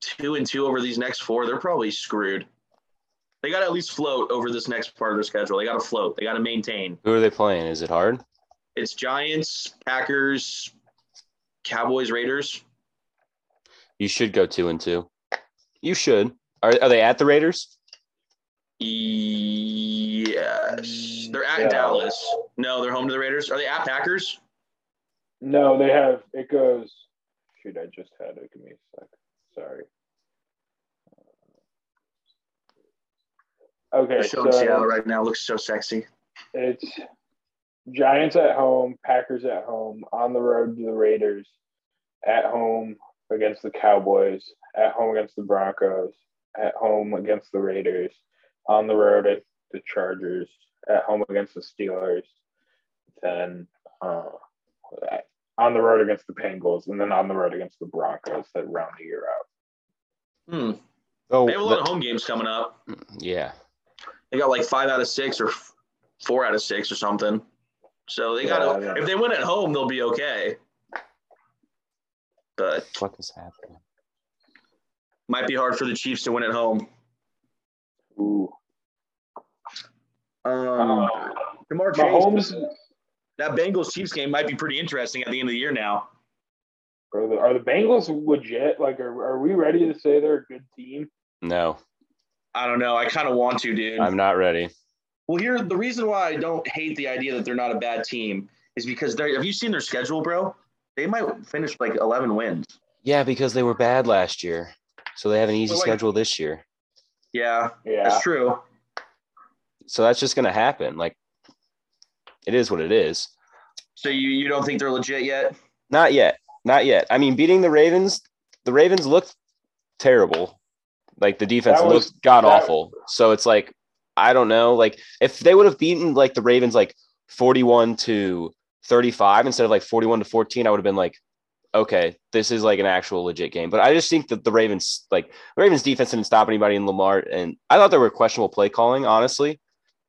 Speaker 6: two and two over these next four, they're probably screwed. They got to at least float over this next part of their schedule. They got to float. They got to maintain.
Speaker 5: Who are they playing? Is it hard?
Speaker 6: It's Giants, Packers, Cowboys, Raiders.
Speaker 5: You should go two and two. You should. Are are they at the Raiders?
Speaker 6: Yes. They're at
Speaker 7: No.
Speaker 6: Dallas. No, they're home to the Raiders. Are they at Packers?
Speaker 7: No, they have. It goes. Shoot, I just had it. Give me a sec. Sorry. Okay,
Speaker 6: They're
Speaker 7: so
Speaker 6: still in Seattle right now. Looks so sexy.
Speaker 7: it's Giants at home, Packers at home, on the road to the Raiders, at home against the Cowboys, at home against the Broncos, at home against the Raiders, on the road at the Chargers, at home against the Steelers, then uh, on the road against the Bengals, and then on the road against the Broncos that round the year out.
Speaker 6: Hmm.
Speaker 5: Oh,
Speaker 6: They have a lot of home games coming up.
Speaker 5: yeah.
Speaker 6: They got like five out of six or f- four out of six or something. So they got.
Speaker 7: Yeah, I
Speaker 6: to
Speaker 7: know.
Speaker 6: if they win at home, they'll be okay. But
Speaker 5: What is happening?
Speaker 6: might be hard for the Chiefs to win at home.
Speaker 7: Ooh.
Speaker 6: Um, Jamar Chase,
Speaker 7: Uh, Mahomes,
Speaker 6: that Bengals Chiefs game might be pretty interesting at the end of the year now.
Speaker 7: are the, are the Bengals legit? Like, are, are we ready to say they're a good team?
Speaker 5: No,
Speaker 6: I don't know. I kind of want to, dude.
Speaker 5: I'm not ready.
Speaker 6: Well, here the reason why I don't hate the idea that they're not a bad team is because they are have you seen their schedule, bro? They might finish like eleven wins.
Speaker 5: Yeah, because they were bad last year, so they have an easy
Speaker 6: But, like-
Speaker 5: schedule this year.
Speaker 6: Yeah,
Speaker 7: Yeah.
Speaker 6: that's true.
Speaker 5: So that's just gonna happen. Like, it is what it is.
Speaker 6: So you you don't think they're legit yet?
Speaker 5: Not yet. Not yet. I mean, beating the Ravens, the Ravens looked terrible. Like the defense
Speaker 7: That was-
Speaker 5: looked god
Speaker 7: that-
Speaker 5: awful. So it's like, I don't know. Like if they would have beaten like the Ravens like 41 to 35 instead of like 41 to 14, I would have been like, okay, this is like an actual legit game. But I just think that the Ravens, like the Ravens defense didn't stop anybody in Lamar. And I thought there were questionable play calling, honestly.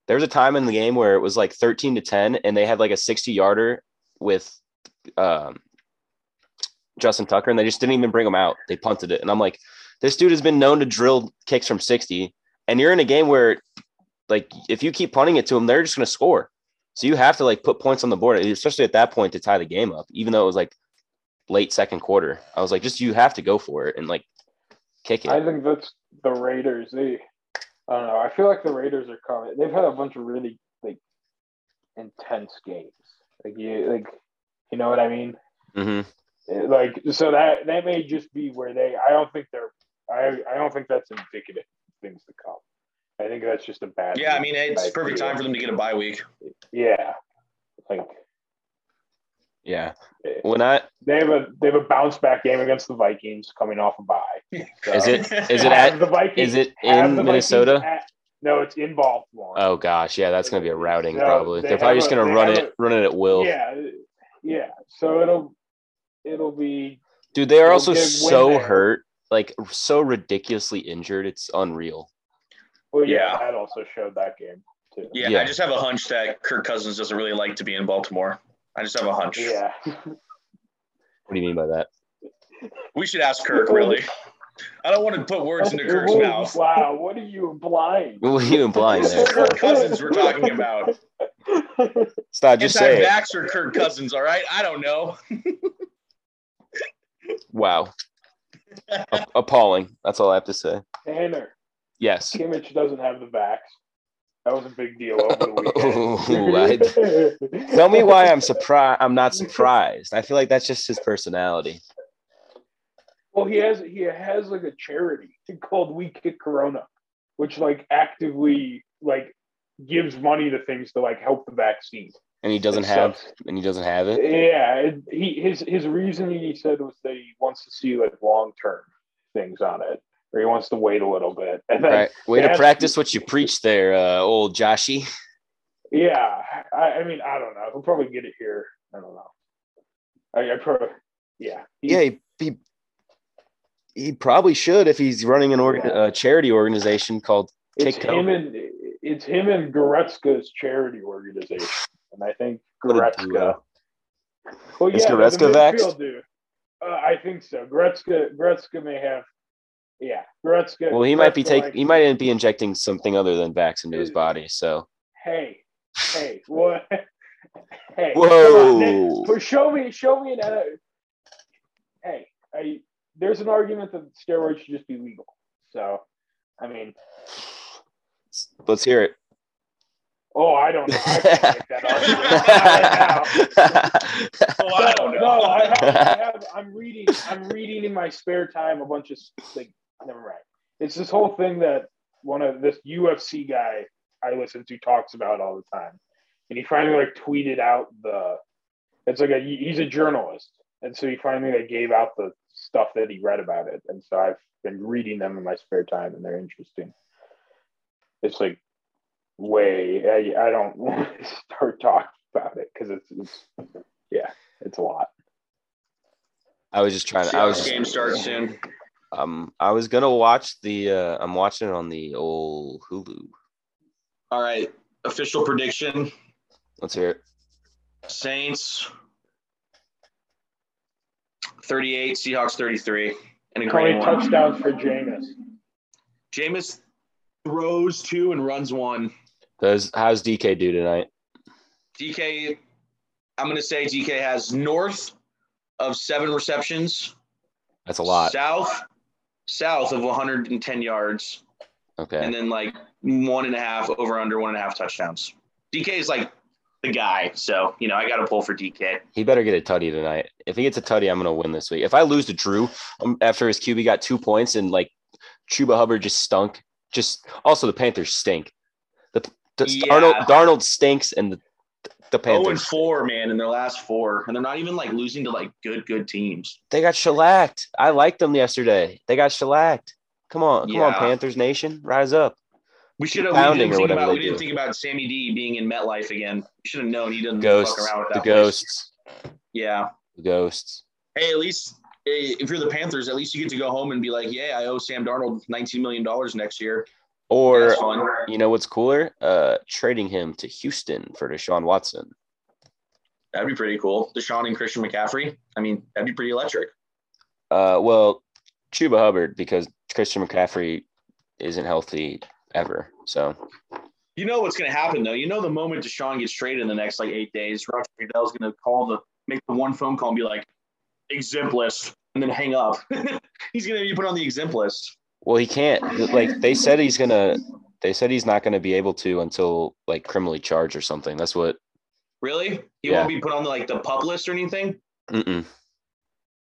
Speaker 5: There was a time in the game where it was like 13 to 10 and they had like a 60 yarder with um Justin Tucker, and they just didn't even bring him out. They punted it, and I'm like, this dude has been known to drill kicks from 60, and you're in a game where, like, if you keep punting it to him, they're just going to score. So you have to like put points on the board, especially at that point to tie the game up. Even though it was like late second quarter, I was like, just you have to go for it and like kick it.
Speaker 7: I think that's the Raiders. They, I don't know. I feel like the Raiders are coming. They've had a bunch of really like intense games. Like you, like you know what I mean.
Speaker 5: hmm
Speaker 7: It- Like so that that may just be where they. I don't think they're. I I don't think that's indicative of things to come. I think that's just a bad.
Speaker 6: Yeah, I mean it's
Speaker 7: bad
Speaker 6: perfect
Speaker 7: year.
Speaker 6: time for them to get a bye week.
Speaker 7: Yeah, like
Speaker 5: Yeah. When I
Speaker 7: they have a they have a bounce back game against the Vikings coming off a bye. So-
Speaker 5: is it is it
Speaker 7: Have
Speaker 5: at
Speaker 7: the Vikings?
Speaker 5: is it
Speaker 7: have the
Speaker 5: in
Speaker 7: Vikings
Speaker 5: Minnesota?
Speaker 7: at- no, it's in Baltimore.
Speaker 5: Oh gosh, yeah, that's gonna be a routing
Speaker 7: No,
Speaker 5: probably.
Speaker 7: they
Speaker 5: They're probably
Speaker 7: have
Speaker 5: just
Speaker 7: a-
Speaker 5: gonna
Speaker 7: they
Speaker 5: run
Speaker 7: have
Speaker 5: it run it at will.
Speaker 7: Yeah, yeah. So it'll it'll be
Speaker 5: Dude, they are
Speaker 7: They'll
Speaker 5: also
Speaker 7: get a win
Speaker 5: so
Speaker 7: there.
Speaker 5: hurt, like so ridiculously injured. It's unreal.
Speaker 7: well. Yeah,
Speaker 6: Yeah.
Speaker 7: that also showed that game too.
Speaker 6: Yeah,
Speaker 5: Yeah.
Speaker 6: I just have a hunch that Kirk Cousins doesn't really like to be in Baltimore. I just have a hunch.
Speaker 7: Yeah.
Speaker 5: What do you mean by that?
Speaker 6: We should ask Kirk really. I don't want to put words into Kirk's
Speaker 7: Whoa,
Speaker 6: mouth.
Speaker 7: Wow, what are you implying?
Speaker 5: What are you implying
Speaker 6: This is
Speaker 5: there?
Speaker 6: Kirk Cousins we're talking about.
Speaker 5: Stop, just say it.
Speaker 6: Anti-vaxxer Kirk Cousins, all right? I don't know.
Speaker 5: Wow. A- appalling. That's all I have to say.
Speaker 7: Tanner,
Speaker 5: Yes.
Speaker 7: Kimmich doesn't have the vax. That was a big deal over
Speaker 5: Ooh, I-
Speaker 7: the weekend.
Speaker 5: Tell me why I'm surprised. I'm not surprised. I feel like that's just his personality.
Speaker 7: Well, he has he has like a charity called We Kick Corona, which like actively like gives money to things to like help the vaccine.
Speaker 5: And he doesn't
Speaker 7: It
Speaker 5: have
Speaker 7: sucks.
Speaker 5: and he doesn't have it.
Speaker 7: uh, Yeah, it, he his his reasoning he said was that he wants to see like long term things on it, or he wants to wait a little bit. And then,
Speaker 5: Right. Way to
Speaker 7: that's-
Speaker 5: practice what you preach there, uh, old Joshy.
Speaker 7: yeah, I, I mean, I don't know. He'll probably get it here. I don't know. I, I pro, yeah. He-
Speaker 5: Yeah, he, he, he probably should if he's running an org- a charity organization called
Speaker 7: it's
Speaker 5: Kick
Speaker 7: him
Speaker 5: Toe.
Speaker 7: and it's him and Goretzka's charity organization, and I think
Speaker 5: What a
Speaker 7: Goretzka.
Speaker 5: duo.
Speaker 7: Well,
Speaker 5: Is
Speaker 7: they're
Speaker 5: Goretzka
Speaker 7: the
Speaker 5: vaxxed?
Speaker 7: midfield dude. Uh, I think so. Goretzka, Goretzka may have. Yeah, Goretzka.
Speaker 5: Well, he might be
Speaker 7: Goretzka
Speaker 5: taking,
Speaker 7: might
Speaker 5: he might be injecting something other than vax into his
Speaker 7: Dude.
Speaker 5: body. So
Speaker 7: Hey, hey, what? hey, come on, Nick.
Speaker 5: whoa,
Speaker 7: But show me, show me an. Uh, hey, I, there's an argument that steroids should just be legal. So, I mean,
Speaker 5: let's hear it.
Speaker 7: oh, I don't know. I can't make that argument. Not right now.
Speaker 6: Oh, I don't
Speaker 7: No,
Speaker 6: know.
Speaker 7: No, I have, I have, I'm reading. I'm reading in my spare time a bunch of like. Never mind. It's this whole thing that one of this UFC guy I listen to talks about all the time, and he finally like tweeted out the. It's like a he's a journalist, and so he finally like gave out the stuff that he read about it, and so I've been reading them in my spare time, and they're interesting. It's like way I, I don't want to start talking about it because it's, it's yeah it's a lot.
Speaker 5: I was just trying to. I was
Speaker 6: Seahawks
Speaker 5: just,
Speaker 6: game starts soon.
Speaker 5: um. I was gonna watch the. Uh, I'm watching it on the old Hulu.
Speaker 6: All right. Official prediction:
Speaker 5: Let's hear it.
Speaker 6: Saints thirty-eight, Seahawks thirty-three, and a
Speaker 7: How many
Speaker 6: green one.
Speaker 7: touchdowns for Jameis?
Speaker 6: Jameis throws two and runs one.
Speaker 5: Does how's DK do tonight?
Speaker 6: DK, I'm gonna say DK has north of seven receptions,
Speaker 5: That's a lot.
Speaker 6: south south of 110 yards,
Speaker 5: Okay.
Speaker 6: and then like one and a half over under one and a half touchdowns. DK is like the guy, so you know I got to pull for DK.
Speaker 5: He better get a tutty tonight. If he gets a tutty, I'm gonna win this week. If I lose to Drew um, after his QB got two points and like Chuba Hubbard just stunk. Just also the Panthers stink. The, the
Speaker 6: Yeah.
Speaker 5: Darnold Darnold stinks and the the
Speaker 6: Oh and
Speaker 5: Panthers
Speaker 6: four, man, in their last four, and they're not even like losing to like good good teams.
Speaker 5: they got shellacked. I liked them yesterday. They got shellacked. Come on, come on,
Speaker 6: Yeah.
Speaker 5: Panthers Nation, rise up.
Speaker 6: We should have we
Speaker 5: Pounding
Speaker 6: didn't
Speaker 5: or
Speaker 6: think
Speaker 5: whatever
Speaker 6: about
Speaker 5: they
Speaker 6: we didn't
Speaker 5: do.
Speaker 6: think about Sammy D being in MetLife again. We should have known he doesn't
Speaker 5: Ghosts,
Speaker 6: fuck around with
Speaker 5: the
Speaker 6: that. place.
Speaker 5: ghosts,
Speaker 6: Yeah.
Speaker 5: the ghosts.
Speaker 6: hey, at least eh, if you're the Panthers, at least you get to go home and be like, yeah, I owe Sam Darnold nineteen million dollars next year.
Speaker 5: Or
Speaker 6: That's fun.
Speaker 5: you know what's cooler? Uh, trading him to Houston for Deshaun Watson.
Speaker 6: That'd be pretty cool. Deshaun and Christian McCaffrey. I mean, that'd be pretty electric.
Speaker 5: Uh, well, Chuba Hubbard because Christian McCaffrey isn't healthy ever. So
Speaker 6: You know what's going to happen though. You know the moment Deshaun gets traded in the next like eight days, Roger Goodell's going to call the make the one phone call and be like, exempt list, and then hang up. He's going to be put on the exempt list.
Speaker 5: well, he can't. Like they said, he's gonna. They said he's not gonna be able to until like criminally charged or something. That's what.
Speaker 6: Really? He
Speaker 5: Yeah.
Speaker 6: won't be put on the, like the pub list or anything?
Speaker 5: Because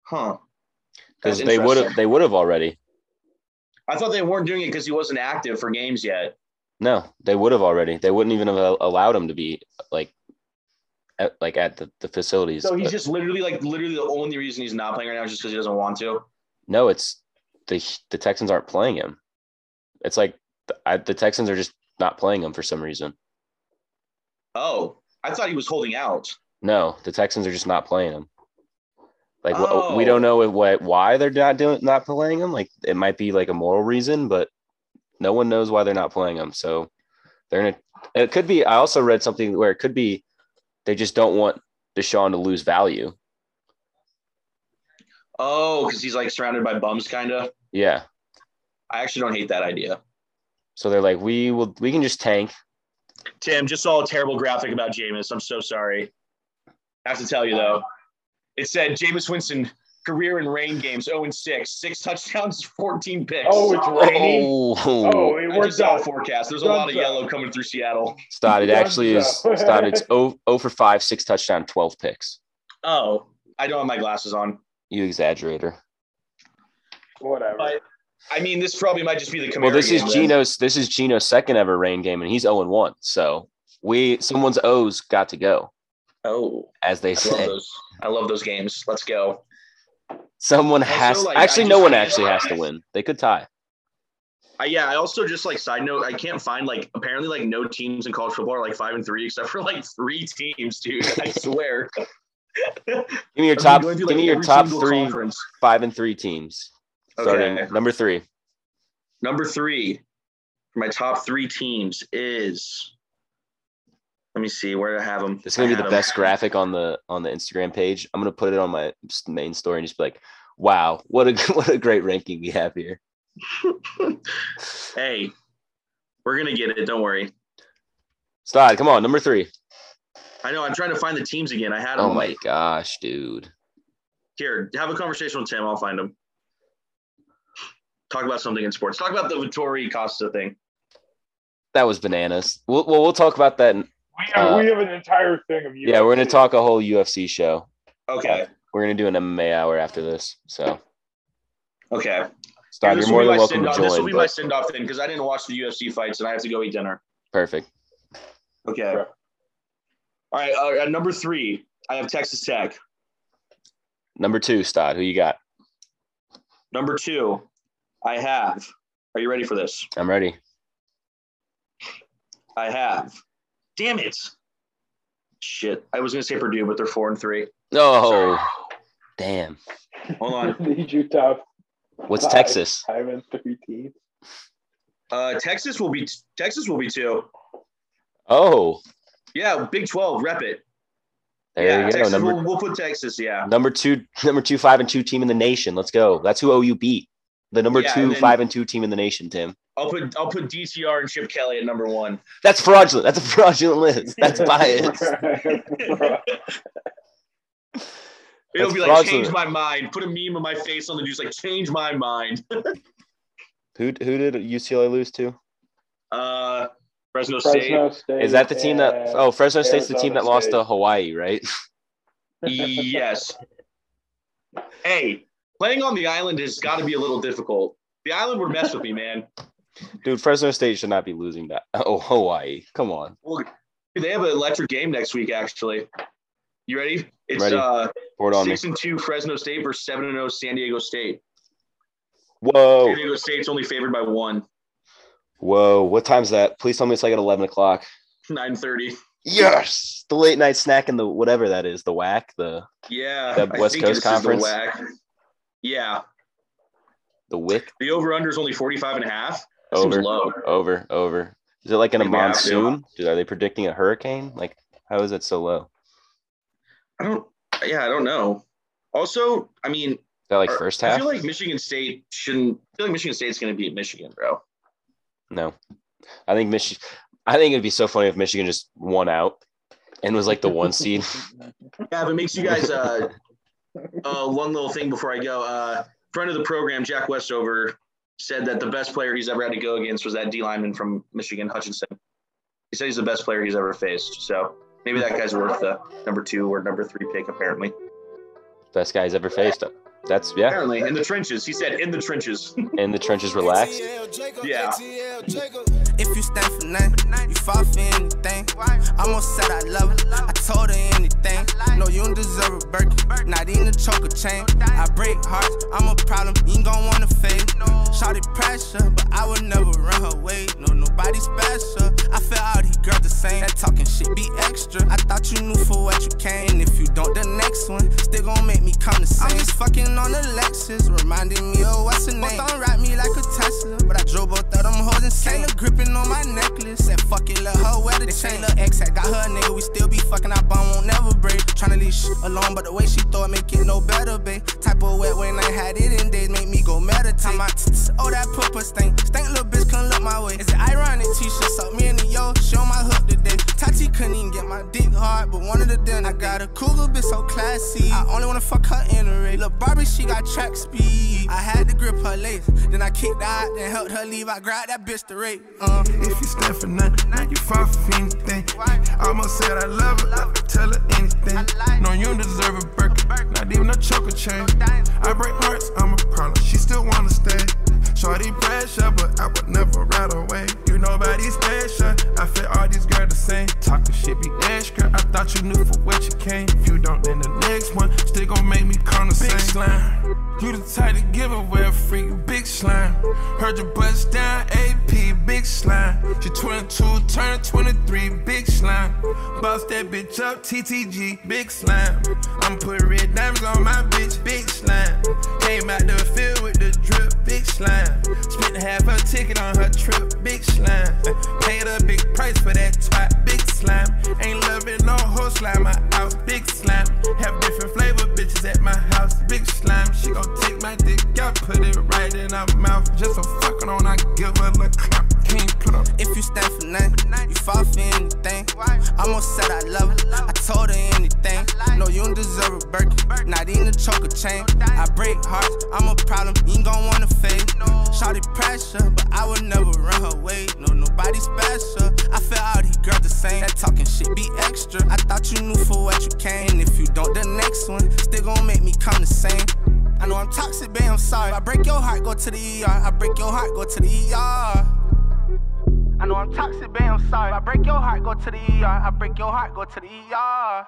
Speaker 6: Huh? That's
Speaker 5: they would have.
Speaker 6: interesting.
Speaker 5: They would have already.
Speaker 6: I thought they weren't doing it because he wasn't active for games yet.
Speaker 5: No, they would have already. They wouldn't even have al- allowed him to be like, at, like at the, the facilities.
Speaker 6: So he's
Speaker 5: But
Speaker 6: just literally like literally the only reason he's not playing right now is just because he doesn't want to.
Speaker 5: no, it's the the Texans aren't playing him. It's like the, I, the Texans are just not playing him for some reason.
Speaker 6: Oh, I thought he was holding out.
Speaker 5: No, the Texans are just not playing him. Like wh-
Speaker 6: Oh.
Speaker 5: we don't know what why they're not doing not playing him. Like it might be like a moral reason, but no one knows why they're not playing him. So they're in a, it could be. I also read something where it could be they just don't want Deshaun to lose value.
Speaker 6: Oh, because he's like surrounded by bums, kind of.
Speaker 5: Yeah.
Speaker 6: I actually don't hate that idea.
Speaker 5: So they're like, we will, we can just tank.
Speaker 6: Tim just saw a terrible graphic about Jameis. I'm so sorry. I have to tell you though, it said Jameis Winston career in rain games 0 and 6, six touchdowns, 14 picks.
Speaker 7: Oh, it's raining. Oh,
Speaker 5: Oh,
Speaker 6: I
Speaker 7: it
Speaker 6: just
Speaker 7: worked
Speaker 6: saw a
Speaker 7: out.
Speaker 6: forecast. There's a lot of yellow coming through Seattle.
Speaker 5: Stott, it actually is
Speaker 7: Dunzo.
Speaker 5: Stott. It's 0, 0 for five, six touchdown, twelve picks.
Speaker 6: Oh, I don't have my glasses on.
Speaker 5: You exaggerator.
Speaker 7: Whatever.
Speaker 6: But I mean, this probably might just be the Camaro
Speaker 5: Well, this is
Speaker 6: game, then.
Speaker 5: Gino's. This is Gino's second ever rain game, and he's zero and one. So we someone's O's got to go,
Speaker 6: Oh.
Speaker 5: as they
Speaker 6: I love
Speaker 5: say.
Speaker 6: those. I love those games. Let's go.
Speaker 5: Someone
Speaker 6: Also,
Speaker 5: has.
Speaker 6: like,
Speaker 5: actually,
Speaker 6: I
Speaker 5: no
Speaker 6: just-
Speaker 5: one actually has to win. They could tie.
Speaker 6: I, yeah, I also just like side note, I can't find like apparently like no teams in college football are like five and three except for like three teams, dude. I swear.
Speaker 5: Give me your
Speaker 6: I've been
Speaker 5: top.
Speaker 6: going through,
Speaker 5: give
Speaker 6: like,
Speaker 5: me your
Speaker 6: every
Speaker 5: top
Speaker 6: single
Speaker 5: three,
Speaker 6: conference.
Speaker 5: five and three teams. Starting
Speaker 6: Okay.
Speaker 5: number three.
Speaker 6: Number three for my top three teams is. Let me see where did I have them.
Speaker 5: This is gonna be the best graphic on the on the Instagram page. I'm gonna put it on my s- main story and just be like, "Wow, what a what a great ranking we have here."
Speaker 6: Hey, we're gonna get it. Don't worry.
Speaker 5: Stod, come on, number three.
Speaker 6: I know. I'm trying to find the teams again. I had them.
Speaker 5: Oh my gosh, dude.
Speaker 6: Here, have a conversation with Tim. I'll find him. Talk about something in sports. Talk about the Vittori Costa thing.
Speaker 5: That was bananas. We'll, well, we'll talk about that. In,
Speaker 7: We have,
Speaker 5: Uh,
Speaker 7: we have an entire thing of you.
Speaker 5: yeah, we're gonna talk a whole UFC show.
Speaker 6: Okay.
Speaker 5: We're gonna do an MMA hour after this. So,
Speaker 6: Okay.
Speaker 5: Stod,
Speaker 6: This
Speaker 5: you're more
Speaker 6: will be
Speaker 5: than
Speaker 6: my
Speaker 5: welcome to
Speaker 6: send-off- This will
Speaker 5: join.
Speaker 6: be my
Speaker 5: but-
Speaker 6: send off thing because I didn't watch the UFC fights and I have to go eat dinner.
Speaker 5: Perfect.
Speaker 6: Okay. All right. Uh, at number three, I have Texas Tech.
Speaker 5: Number two, Stod, who you got?
Speaker 6: Number two, I have. Are you ready for this?
Speaker 5: I'm ready.
Speaker 6: I have. Damn it. Shit. I was going to say Purdue, but they're four and three.
Speaker 5: Oh, damn.
Speaker 6: Hold on.
Speaker 7: Need you top
Speaker 5: What's
Speaker 7: Five.
Speaker 5: Texas?
Speaker 7: five and three teams.
Speaker 6: Uh, Texas will be Texas will be two.
Speaker 5: Oh,
Speaker 6: Yeah, Big Twelve, rep it.
Speaker 5: there
Speaker 6: yeah,
Speaker 5: you go.
Speaker 6: Texas,
Speaker 5: Number
Speaker 6: we'll, we'll put Texas. Yeah,
Speaker 5: Number two, number two, five and two team in the nation. Let's go. That's who OU beat. The number
Speaker 6: Yeah,
Speaker 5: two,
Speaker 6: and then-
Speaker 5: five and two team in the nation, Tim.
Speaker 6: I'll put I'll put DTR and Chip Kelly at number one.
Speaker 5: That's fraudulent. That's a fraudulent list. That's biased.
Speaker 6: It'll
Speaker 5: That's
Speaker 6: be like
Speaker 5: fraudulent.
Speaker 6: change my mind. Put a meme of my face on the news, like change my mind.
Speaker 5: Who who did UCLA lose to?
Speaker 6: Uh, Fresno State.
Speaker 7: Fresno State.
Speaker 5: Is that the team that?
Speaker 7: and-
Speaker 5: Oh, Fresno State's the team
Speaker 7: Arizona
Speaker 5: that lost to
Speaker 7: State.
Speaker 5: Hawaii, right?
Speaker 6: yes. Hey, playing on the island has got to be a little difficult. The island would mess with me, man.
Speaker 5: Dude, Fresno State should not be losing that. Oh, Hawaii. Come on.
Speaker 6: Well, they have an electric game next week, actually. You ready? It's
Speaker 5: Ready.
Speaker 6: uh
Speaker 5: Pour it on me.
Speaker 6: six and two Fresno State versus seven and zero San Diego State.
Speaker 5: Whoa, Oh.
Speaker 6: San Diego State's only favored by one,
Speaker 5: whoa. What time's that? Please tell me it's like at eleven o'clock.
Speaker 6: nine thirty.
Speaker 5: Yes, the late night snack and the whatever that is, the whack, the
Speaker 6: Yeah,
Speaker 5: The West Coast
Speaker 6: this is the
Speaker 5: Conference?
Speaker 6: whack. Yeah,
Speaker 5: the wick.
Speaker 6: the over under is only 45 and a half. That
Speaker 5: Over.
Speaker 6: Seems low.
Speaker 5: Over, over. Is it like in a
Speaker 6: I think we have to.
Speaker 5: monsoon? Dude, are they predicting a hurricane? Like, how is it so low?
Speaker 6: I don't. Yeah, I don't know. Also, I mean,
Speaker 5: Is that like
Speaker 6: Or-
Speaker 5: first
Speaker 6: I
Speaker 5: half?
Speaker 6: feel like Michigan State shouldn't. I feel like Michigan State's going to beat Michigan, bro.
Speaker 5: no, I think Michigan. I think it'd be so funny if Michigan just won out and was like the one seed.
Speaker 6: Yeah, but it makes you guys. Uh, uh, one little thing before I go. Uh, friend of the program, Jack Westover, said that the best player he's ever had to go against was that D lineman from Michigan, Hutchinson. He said he's the best player he's ever faced. So maybe that guy's worth the number two or number three pick, apparently.
Speaker 5: Best guys ever faced. That's yeah.
Speaker 6: Apparently, in the trenches. He said, in the trenches.
Speaker 5: And the trenches relaxed.
Speaker 6: yeah.
Speaker 1: If you stand for nothing, you fall for anything. Almost said I love her, I told her anything. No, you don't deserve a Birkin, not even a choker chain. I break hearts, I'm a problem, you ain't gon' wanna fade. Shawty pressure, but I would never run her way. No, nobody special. I feel all these girls the same. That talking shit be extra. I thought you knew for what you came. And if you don't, the next one still gon' make me come the same. I'm just fucking on the Lexus, reminding me of what's her name. Both don't ride me like a Tesla, but I drove both of them hoes insane. Taylor gripping on my necklace, said fuck it, let her wear the chain. Lil' ex had got her a nigga, we still be fucking, our bond won't never break. Tryna leave shit alone, but the way she throw it make it no better, babe. Type of wet when I had it in days, make me go meditate. My tits, oh that purple stink, stink little bitch couldn't look my way. Is it ironic? T-shirt suck me in the yo, she on my hook today. Tati couldn't even get my dick hard, but wanted to dinner. I got a cougar bitch so classy, I only wanna fuck her in the rig. Lil Barbie, she got track speed. I had to grip her lace, then I kicked out and helped her leave. I grabbed that bitch to rape. Uh,
Speaker 8: If you stand for nothing, you fall for anything. Almost said I love her, I could tell her anything. No, you don't deserve a Birkin, not even a choker chain. I break hearts, I'm a problem, she still wanna stay. Shorty pressure, but I would never ride away. You nobody special, I feel all these girls the same. Talking shit be extra, I thought you knew for what you came. If you don't, then the next one still gon' make me come the same. Big slime, you the type to give away a free big slime. Heard your bust down, AP, big slime. She 22, turned 23, big slime. Bust that bitch up, TTG, big slime. I'm putting red diamonds on my bitch, big slime. Came out the field with the drip, big slime. Spent half her ticket on her trip, big slime. Paid a big price for that twat, big slime. Ain't loving no whole slime, I out, big slime. Have different flavor bitches at my house, big slime. She gon' take my dick out, put it right in her mouth. Just a fucking on, I give her the clap. Can't put up.
Speaker 1: If you stand for nothing, you fall for anything. Almost said I love her, I told her anything. No, you don't deserve a Birkin, not even a choker chain. I break hearts, I'm a problem, you ain't gon' wanna fade. Shawty pressure, but I would never run her way. No, nobody special, I feel all these girls the same. That talking shit be extra, I thought you knew for what you came. And if you don't, the next one still gon' make me come the same. I know I'm toxic, babe, I'm sorry. If I break your heart, go to the ER. I break your heart, go to the ER. E I know I'm toxic, babe, I'm sorry. If I break your heart, go to the ER. I break your heart, go to the ER.